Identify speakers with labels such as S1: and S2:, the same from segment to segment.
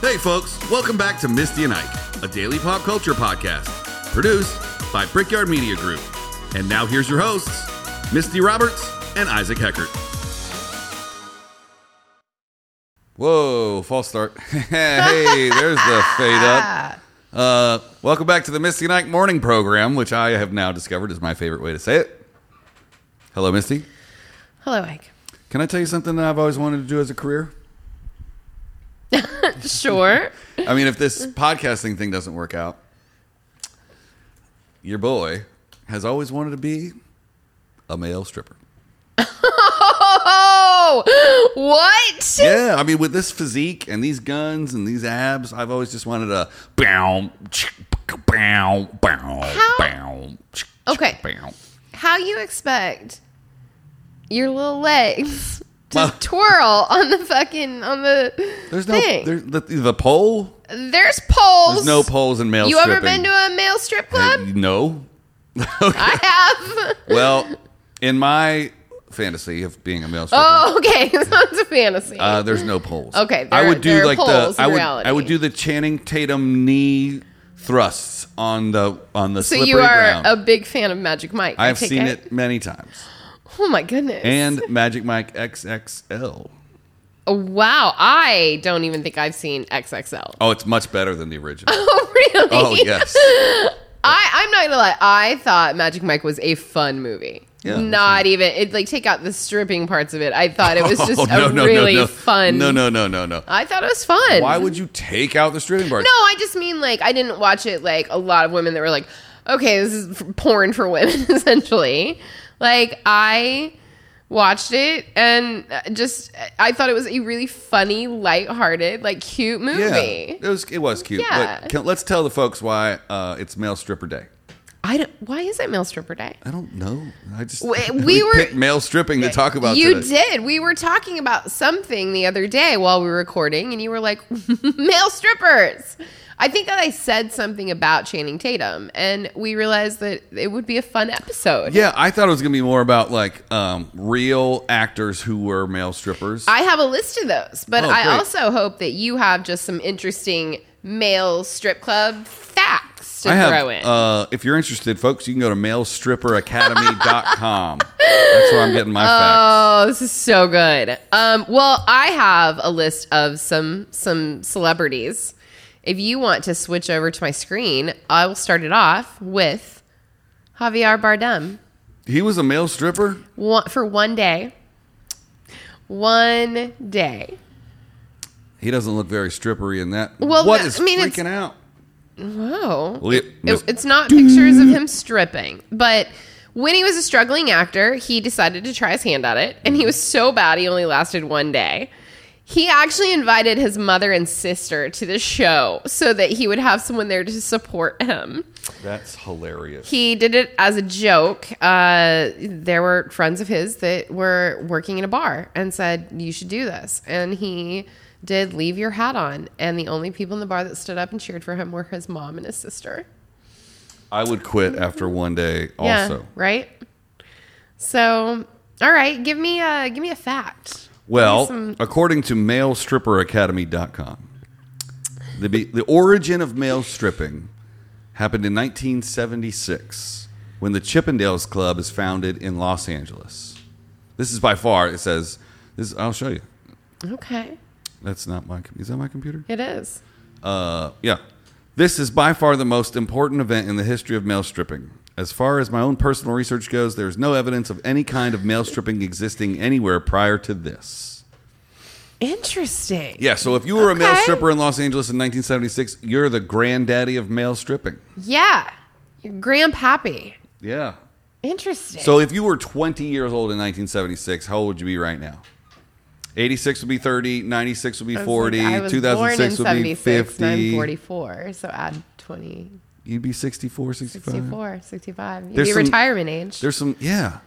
S1: Hey, folks, welcome back to Misty and Ike, a daily pop culture podcast produced by Brickyard Media Group. And now here's your hosts, Misty Roberts and Isaac Heckert. Whoa, false start. hey, there's the fade up. Uh, welcome back to the Misty and Ike morning program, which I have now discovered is my favorite way to say it. Hello, Misty.
S2: Hello, Ike.
S1: Can I tell you something that I've always wanted to do as a career?
S2: Sure.
S1: I mean, if this podcasting thing doesn't work out, your boy has always wanted to be a male stripper.
S2: oh, what?
S1: Yeah, I mean, with this physique and these guns and these abs, I've always just wanted a bow, chick, bow, bow,
S2: How-
S1: bow. chick,
S2: Okay.
S1: bow.
S2: How you expect your little legs to
S1: Well-
S2: twirl on the fucking on the
S1: There's no
S2: thing?
S1: there's the, the pole.
S2: there's poles.
S1: There's no poles in male.
S2: You
S1: stripping.
S2: ever been to a male strip club?
S1: No.
S2: I have.
S1: Well, in my fantasy of being a male stripper,
S2: Oh, okay. Sounds a fantasy.
S1: Uh, there's no poles.
S2: Okay,
S1: I
S2: there-
S1: would do
S2: there are
S1: like
S2: poles
S1: the
S2: in
S1: I would
S2: reality.
S1: I would do the Channing Tatum knee thrusts on the on the
S2: so
S1: slippery
S2: you are
S1: ground.
S2: a big fan of Magic Mike. I
S1: I've
S2: take
S1: seen it many times.
S2: Oh my goodness.
S1: And Magic Mike XXL.
S2: oh, wow, I don't even think I've seen XXL.
S1: Oh, it's much better than the original.
S2: Oh really?
S1: oh yes.
S2: I, I'm not gonna lie. I thought Magic Mike was a fun movie.
S1: Yeah,
S2: not even it. Like take out the stripping parts of it. I thought it was just
S1: oh, no,
S2: a
S1: no,
S2: really
S1: no, no.
S2: fun.
S1: No, no, no, no, no.
S2: I thought it was fun.
S1: Why would you take out the stripping part?
S2: No, I just mean like I didn't watch it like a lot of women that were like, okay, this is f- porn for women essentially. Like I watched it and uh, just I thought it was a really funny, lighthearted, like cute
S1: Yeah,
S2: movie.
S1: it was it was cute.
S2: Yeah.
S1: But can, let's tell the folks why uh, it's Male Stripper Day.
S2: I don't, why is it male stripper day?
S1: I don't know. I just
S2: We- we were-
S1: picked male stripping to talk about.
S2: You
S1: today.
S2: did. We were talking about something the other day while we were recording, and you were like, male strippers. I think that I said something about Channing Tatum, and we realized that it would be a fun episode.
S1: Yeah, I thought it was gonna be more about like um, real actors who were male strippers.
S2: I have a list of those, but
S1: Oh,
S2: I
S1: great.
S2: also hope that you have just some interesting male strip club facts to
S1: I have,
S2: throw in.
S1: Uh, if you're interested, folks, you can go to malestripperacademy.com. That's where I'm getting my facts.
S2: Oh, this is so good. Um, well, I have a list of some some celebrities. If you want to switch over to my screen, I will start it off with Javier Bardem
S1: He was a male stripper.
S2: One- for one day. One day.
S1: He doesn't look very strippery in that.
S2: Well,
S1: what
S2: no,
S1: is
S2: I mean, it's-
S1: freaking out?
S2: Whoa.
S1: Well, yeah,
S2: It,
S1: Miss-
S2: it's not pictures of him stripping, but when he was a struggling actor, he decided to try his hand at it, and he was so bad he only lasted one day. He actually invited his mother and sister to the show so that he would have someone there to support him.
S1: That's hilarious.
S2: He did it as a joke. Uh, there were friends of his that were working in a bar and said, You should do this. And he did leave your hat on. And the only people in the bar that stood up and cheered for him were his mom and his sister.
S1: I would quit after one day.
S2: Yeah,
S1: Also,
S2: right. So, all right, give me a give me a fact.
S1: well,
S2: Some-
S1: according to malestripperacademy.com, the be- the origin of male stripping happened in 1976 when the Chippendales Club is founded in Los Angeles. This is by far. It says this. I'll show you.
S2: Okay,
S1: That's not my. com- Is that my computer?
S2: it is.
S1: Uh, yeah. This is by far the most important event in the history of male stripping. As far as my own personal research goes, there is no evidence of any kind of male stripping existing anywhere prior to this.
S2: Interesting.
S1: Yeah, so if you were a male
S2: Okay.
S1: stripper in Los Angeles in 1976, you're the granddaddy of male stripping.
S2: Yeah. Grandpappy.
S1: Yeah.
S2: Interesting.
S1: So if you were 20 years old in 1976, how old would you be right now? 86 would be 30, 96 would be
S2: I was like,
S1: 40,
S2: I was
S1: 2006
S2: born in
S1: would be
S2: 76, and
S1: 50.
S2: I'm 44, so add 20,
S1: You'd be 64, 65.
S2: 64, 65. You'd
S1: There's
S2: be
S1: some-
S2: retirement age.
S1: There's some, yeah.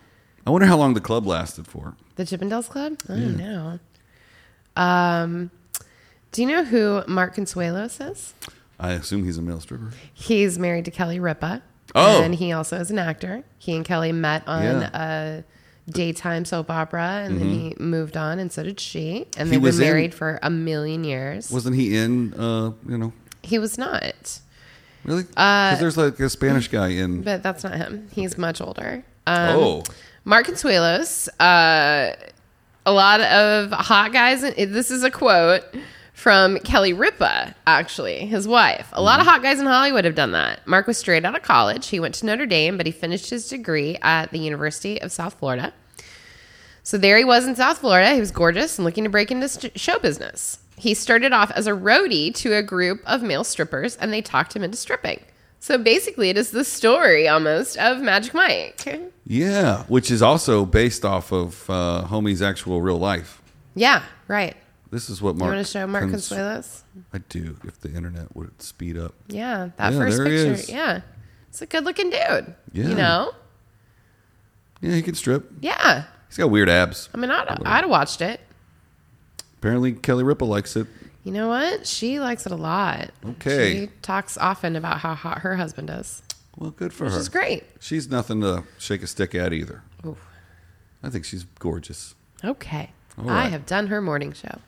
S1: I wonder how long the club lasted for.
S2: The Chippendales Club? I don't know. Um, do you know who Mark Consuelos is?
S1: I assume he's a male stripper.
S2: He's married to Kelly Ripa.
S1: Oh.
S2: And he also is an actor. He and Kelly met on
S1: Yeah. Mm-hmm.
S2: a daytime soap opera, and then he moved on, and so did she. And
S1: He
S2: they've
S1: was
S2: been
S1: in-
S2: married for a million years.
S1: Wasn't he in? Uh, you know,
S2: he was not,
S1: really?
S2: Uh,
S1: Because there's like a Spanish guy in.
S2: but that's not him. He's much older. Um,
S1: oh,
S2: Mark Consuelos, uh, a lot of hot guys. This is a quote from Kelly Ripa, actually, his wife. A lot of hot guys in Hollywood have done that. Mark was straight out of college. He went to Notre Dame, but he finished his degree at the University of South Florida. So there he was in South Florida. He was gorgeous and looking to break into st- show business. He started off as a roadie to a group of male strippers, and they talked him into stripping. So basically, it is the story almost of Magic Mike.
S1: yeah, which is also based off of uh, Homie's actual real life.
S2: Yeah, right.
S1: This is what
S2: You
S1: Mark.
S2: want to show Mark
S1: Cons-
S2: Consuelos?
S1: I do. If the internet would speed up.
S2: Yeah, that
S1: Yeah,
S2: first
S1: there he
S2: picture.
S1: is.
S2: Yeah, it's a good-looking dude.
S1: Yeah.
S2: You know?
S1: Yeah, he can strip.
S2: Yeah.
S1: He's got weird abs.
S2: I mean, I'd, I'd have watched it.
S1: Apparently, Kelly Ripa likes it.
S2: You know what? She likes it a lot.
S1: Okay.
S2: She talks often about how hot her husband is,
S1: Well, good for
S2: which
S1: her.
S2: is great.
S1: She's nothing to shake a stick at either.
S2: Ooh.
S1: I think she's gorgeous.
S2: Okay.
S1: All
S2: I
S1: right.
S2: have done her morning show,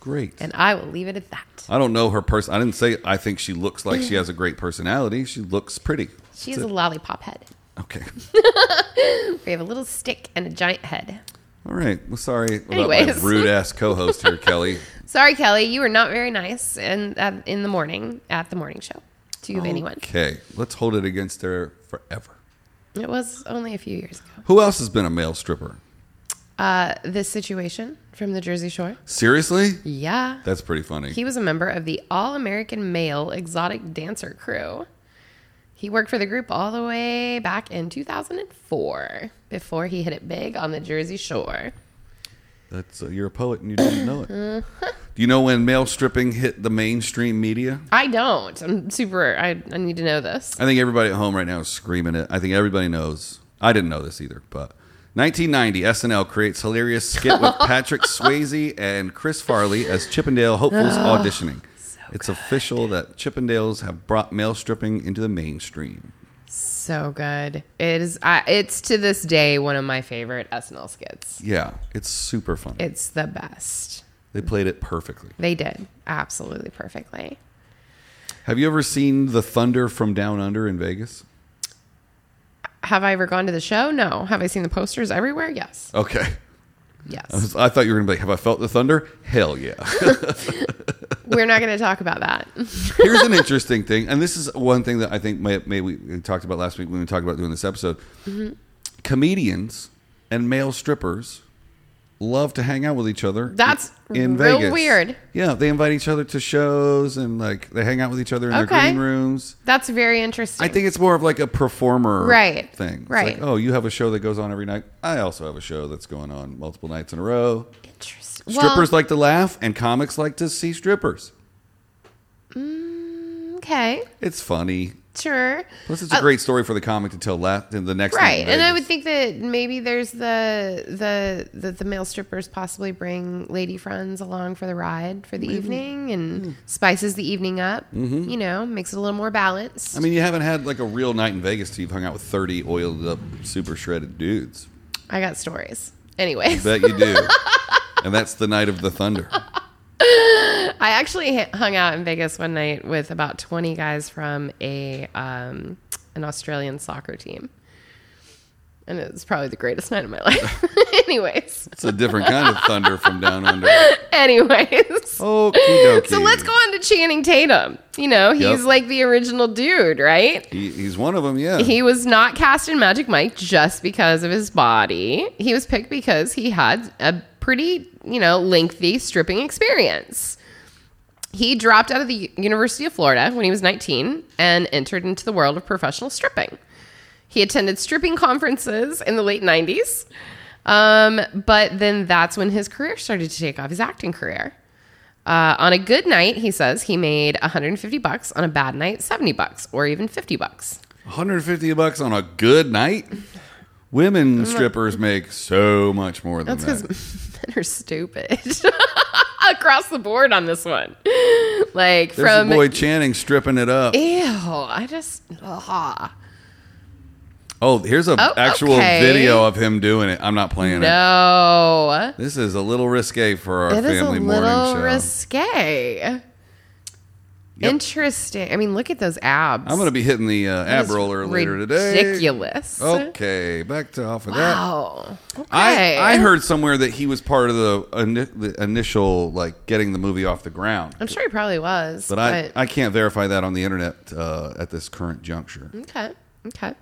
S1: Great.
S2: and I will leave it at that.
S1: I don't know her person. I didn't say I think she looks like she has a great personality. She looks pretty.
S2: She's a lollipop head.
S1: Okay.
S2: We have a little stick and a giant head.
S1: All right. Well, sorry about
S2: Anyways.
S1: my rude ass co-host here, Kelly.
S2: Sorry, Kelly, you were not very nice in uh, in the morning at the morning show to anyone.
S1: Okay. Let's hold it against her forever.
S2: It was only a few years ago.
S1: Who else has been a male stripper?
S2: Uh, this situation from the Jersey Shore.
S1: Seriously?
S2: Yeah.
S1: That's pretty funny.
S2: He was a member of the All American Male Exotic Dancer Crew. He worked for the group all the way back in 2004 before he hit it big on the Jersey Shore.
S1: That's uh, you're a poet and you didn't know it. Do you know when male stripping hit the mainstream media?
S2: I don't. I'm super, I, I need to know this.
S1: I think everybody at home right now is screaming it. I think everybody knows. I didn't know this either, but 1990 SNL creates hilarious skit with Patrick Swayze and Chris Farley as Chippendale hopefuls auditioning. it's official that Chippendales have brought male stripping into the mainstream.
S2: So good. It is, I, it's to this day one of my favorite SNL skits.
S1: Yeah, it's super funny.
S2: It's the best.
S1: they played it perfectly.
S2: They did absolutely perfectly.
S1: Have you ever seen The Thunder from Down Under in Vegas?
S2: Have I ever gone to the show? No. Have I seen the posters everywhere? Yes.
S1: Okay. I,
S2: Yes.
S1: was- I thought you were going to be like, have I felt the thunder? Hell yeah.
S2: We're not going to talk about that.
S1: Here's an interesting thing, and this is one thing that I think may, may we, we talked about last week when we talked about doing this episode.
S2: Mm-hmm.
S1: Comedians and male strippers love to hang out with each other.
S2: That's
S1: in
S2: real
S1: Vegas.
S2: weird.
S1: Yeah, they invite each other to shows and like they hang out with each other in their
S2: Okay.
S1: green rooms.
S2: That's very interesting.
S1: I think it's more of like a performer
S2: Right.
S1: thing. It's
S2: Right.
S1: like, oh, you have a show that goes on every night. I also have a show that's going on multiple nights in a row.
S2: interesting.
S1: Strippers
S2: well,
S1: like to laugh and comics like to see strippers.
S2: okay,
S1: It's funny.
S2: sure,
S1: Plus, it's a great story for the comic to tell la- in the next
S2: Uh, right.
S1: night in
S2: And I
S1: Vegas.
S2: would think that maybe there's the the the, the male strippers possibly bring lady friends along for the ride for the evening and
S1: Hmm.
S2: spices the evening up. You know, makes it a little more balanced.
S1: Mm-hmm. I mean, you haven't had like a real night in Vegas till you've hung out with thirty oiled up, super shredded dudes.
S2: I got stories. Anyways,
S1: Bet you do. and that's the night of the thunder.
S2: I actually h- hung out in Vegas one night with about 20 guys from a um, an Australian soccer team. And it was probably the greatest night of my life. Anyways.
S1: It's a different kind of thunder from down under.
S2: Anyways.
S1: Okie dokie.
S2: So let's go on to Channing Tatum. You know, he's
S1: Yep.
S2: like the original dude, right?
S1: He, he's one of them, yeah.
S2: He was not cast in Magic Mike just because of his body. He was picked because he had a pretty, you know, lengthy stripping experience. He dropped out of the U- University of Florida when he was 19 and entered into the world of professional stripping. He attended stripping conferences in the late 90s. Um, but then that's when his career started to take off, his acting career. Uh, on a good night, he says he made 150 bucks. On a bad night, 70 bucks or even 50 bucks.
S1: 150 bucks on a good night. Women strippers make so much more than
S2: Mm. That's
S1: that.
S2: because men are stupid across the board on this one. Like
S1: There's
S2: from ah,
S1: your boy Channing stripping it up.
S2: ew, I just ugh.
S1: Oh, here's a
S2: Oh,
S1: actual
S2: okay.
S1: video of him doing it. I'm not playing it.
S2: No.
S1: This is a little risque for our
S2: It is a
S1: family morning
S2: little
S1: show.
S2: risque.
S1: Yep.
S2: Interesting. I mean, look at those abs.
S1: I'm going to be hitting the uh,
S2: That
S1: ab
S2: is
S1: roller later today.
S2: Ridiculous.
S1: Okay, back to off of that.
S2: Wow. Okay.
S1: I, I heard somewhere that he was part of the, ini the initial like getting the movie off the ground,
S2: I'm sure he probably was.
S1: but I, I can't verify that on the internet uh, at this current juncture.
S2: Okay. Okay.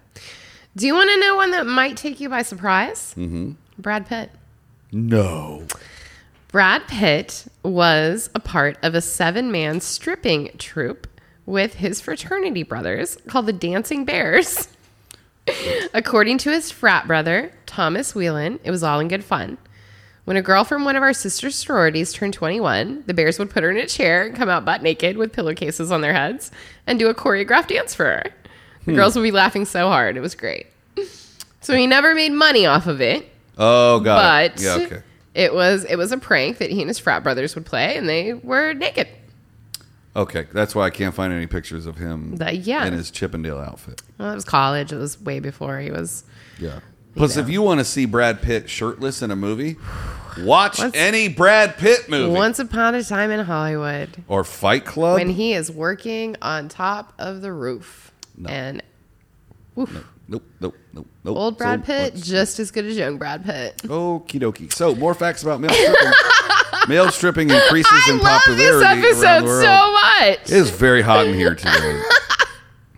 S2: Do you want to know one that might take you by surprise? Mm-hmm. Brad Pitt.
S1: No,
S2: Brad Pitt was a part of a seven man stripping troupe with his fraternity brothers called the Dancing Bears. According to his frat brother, Thomas Whelan, it was all in good fun. When a girl from one of our sister sororities turned 21, the Bears would put her in a chair and come out butt naked with pillowcases on their heads and do a choreographed dance for her. The girls would be laughing so hard. It was great. So he never made money off of it,
S1: oh god,
S2: but
S1: yeah, okay.
S2: it was it was a prank that he and his frat brothers would play, and they were naked.
S1: Okay, that's why I can't find any pictures of him
S2: The- yeah.
S1: in his Chippendale outfit.
S2: Well, it was college. It was way before he was.
S1: Yeah. Plus, if you want to see Brad Pitt shirtless in a movie, watch
S2: Once-
S1: any Brad Pitt movie
S2: Once upon a time in Hollywood,
S1: or Fight Club.
S2: when he is working on top of the roof, and oof,
S1: nope, nope, nope, nope.
S2: old Brad
S1: So,
S2: Pitt
S1: let's-
S2: just as good as young Brad Pitt.
S1: Okie dokie. So, more facts about male stripping. male stripping increases
S2: I
S1: in
S2: love
S1: popularity
S2: this
S1: around the
S2: episode
S1: world.
S2: so much.
S1: It is very hot in here today.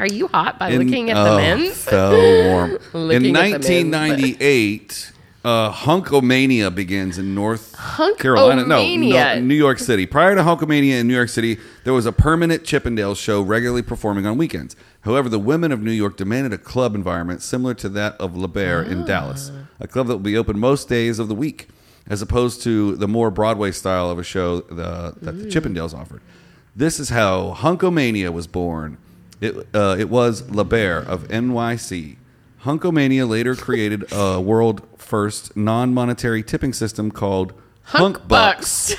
S2: Are you hot by
S1: In-
S2: looking at
S1: oh,
S2: the men's?
S1: So warm. in
S2: Looking at the men's.
S1: 1998, uh, Hunkomania begins in North
S2: Hunkomania.
S1: Carolina. No, no, New York City. Prior to Hunkomania in New York City, there was a permanent Chippendale show regularly performing on weekends. However, the women of New York demanded a club environment similar to that of La Bear in Dallas, a club that would be open most days of the week, as opposed to the more Broadway style of a show the, that the Chippendales offered. This is how Hunkomania was born. It, uh, it was La Bear of NYC. Hunkomania later created a world first non monetary tipping system called Hunk, Bucks.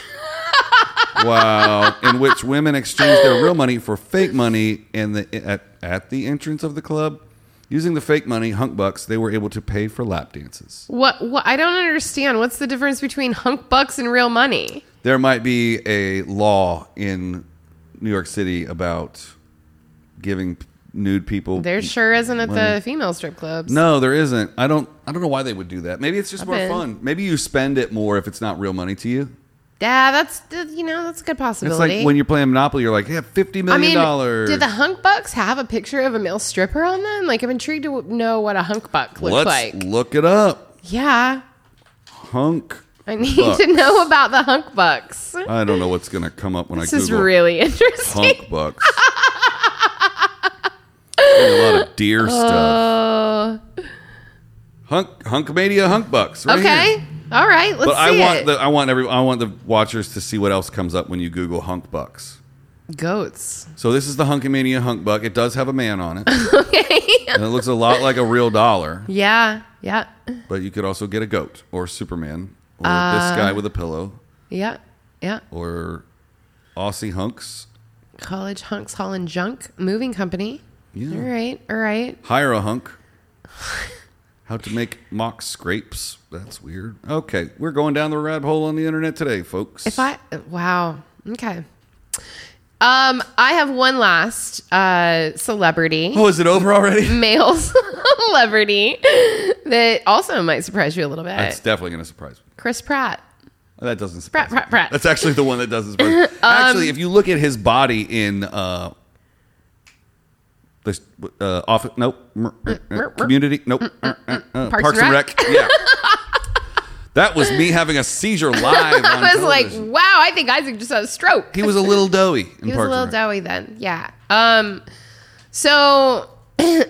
S1: Wow. In which women exchange their real money for fake money in the, at, at the entrance of the club. Using the fake money, Hunk Bucks, they were able to pay for lap dances.
S2: What, what? I don't understand. What's the difference between hunk bucks and real money?
S1: There might be a law in New York City about giving nude people.
S2: There sure isn't at the female strip clubs.
S1: No, there isn't. I don't. I don't know why they would do that. Maybe it's just more
S2: bet.
S1: fun. Maybe you spend it more if it's not real money to you.
S2: Yeah, that's the, you know that's a good
S1: It's
S2: possibility.
S1: like when you're playing Monopoly, you're like, yeah, fifty
S2: I
S1: million
S2: mean,
S1: dollars.
S2: did the hunk bucks have a picture of a male stripper on them? Like, I'm intrigued to know what a hunk buck looks
S1: Let's
S2: like.
S1: look it up.
S2: Yeah,
S1: Hunk.
S2: I need
S1: Bucks.
S2: to know about the hunk bucks.
S1: I don't know what's gonna come up when
S2: This
S1: I
S2: is
S1: Google
S2: really interesting.
S1: hunk bucks. There's a lot of
S2: Uh.
S1: deer stuff.
S2: Oh,
S1: Hunk Hunkmania hunk bucks. Right
S2: okay.
S1: here.
S2: All right, let's
S1: But I
S2: see
S1: want
S2: it.
S1: the I want every I want the watchers to see what else comes up when you Google hunk bucks.
S2: Goats.
S1: So this is the Hunkamania hunk buck. It does have a man on it. And it looks a lot like a real dollar,
S2: Yeah, yeah,
S1: but you could also get a goat or Superman or
S2: Uh.
S1: this guy with a pillow
S2: yeah, yeah.
S1: or Aussie hunks.
S2: College hunks, Holland junk moving company.
S1: Yeah.
S2: All right, all right.
S1: Hire a hunk. How to make mock scrapes. That's weird. Okay, we're going down the rabbit hole on the internet today, folks.
S2: If I wow, okay. Um, I have one last uh celebrity
S1: oh, is it over already?
S2: male celebrity that also might surprise you a little bit.
S1: That's definitely going to surprise me.
S2: Chris Pratt.
S1: That doesn't surprise
S2: Brat,
S1: me.
S2: brat, brat.
S1: That's actually the one that doesn't surprise
S2: Um,
S1: me. Actually, if you look at his body in uh, the uh, office, nope, er, community, nope, uh, uh, uh,
S2: mm, Parks and Rec?
S1: yeah. That was me having a seizure live. On
S2: I was like,
S1: television.
S2: wow, I think Isaac just had a stroke.
S1: he was a little doughy. In
S2: He was
S1: Parks
S2: a little
S1: and Rec.
S2: doughy then. Yeah. Um so when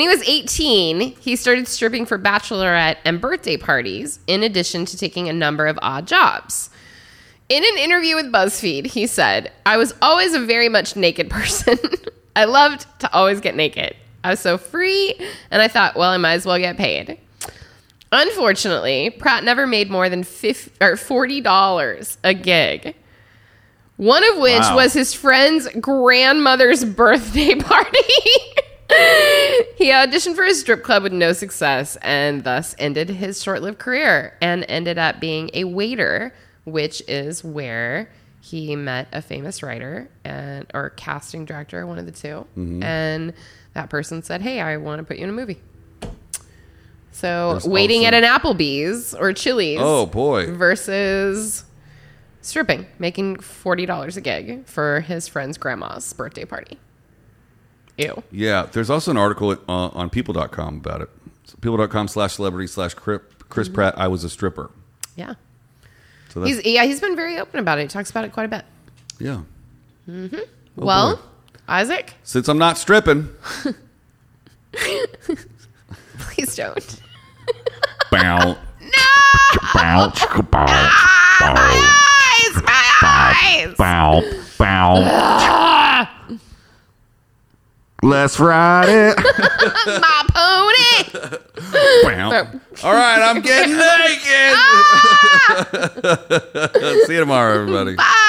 S2: he was 18, he started stripping for bachelorette and birthday parties, in addition to taking a number of odd jobs. In an interview with BuzzFeed, he said, I was always a very much naked person. I loved to always get naked. I was so free, and I thought, well, I might as well get paid. Unfortunately, Pratt never made more than 50, or $40 a gig. One of which
S1: Wow.
S2: was his friend's grandmother's birthday party. He auditioned for a strip club with no success and thus ended his short lived career and ended up being a waiter, which is where he met a famous writer and or casting director, one of the 2 And that person said, Hey, I want to put you in a movie. So
S1: That's
S2: waiting
S1: awesome.
S2: at an Applebee's or Chili's
S1: Oh boy.
S2: versus stripping, making forty dollars a gig for his friend's grandma's birthday party. Ew.
S1: Yeah. There's also an article uh, on people.com about it. So people.com slash celebrity slash Chris Chris Pratt. I was a stripper.
S2: Yeah.
S1: So that's,
S2: He's yeah, he's been very open about it. He talks about it quite a bit.
S1: yeah.
S2: well,
S1: Oh, boy.
S2: Isaac,
S1: Since I'm not stripping.
S2: please don't.
S1: bounce.
S3: bounce, bounce,
S2: Ah, my eyes, my eyes.
S3: bounce, bounce. Let's ride it.
S2: My pony.
S1: bounce. All right, I'm getting naked. See you tomorrow, everybody.
S2: Bye.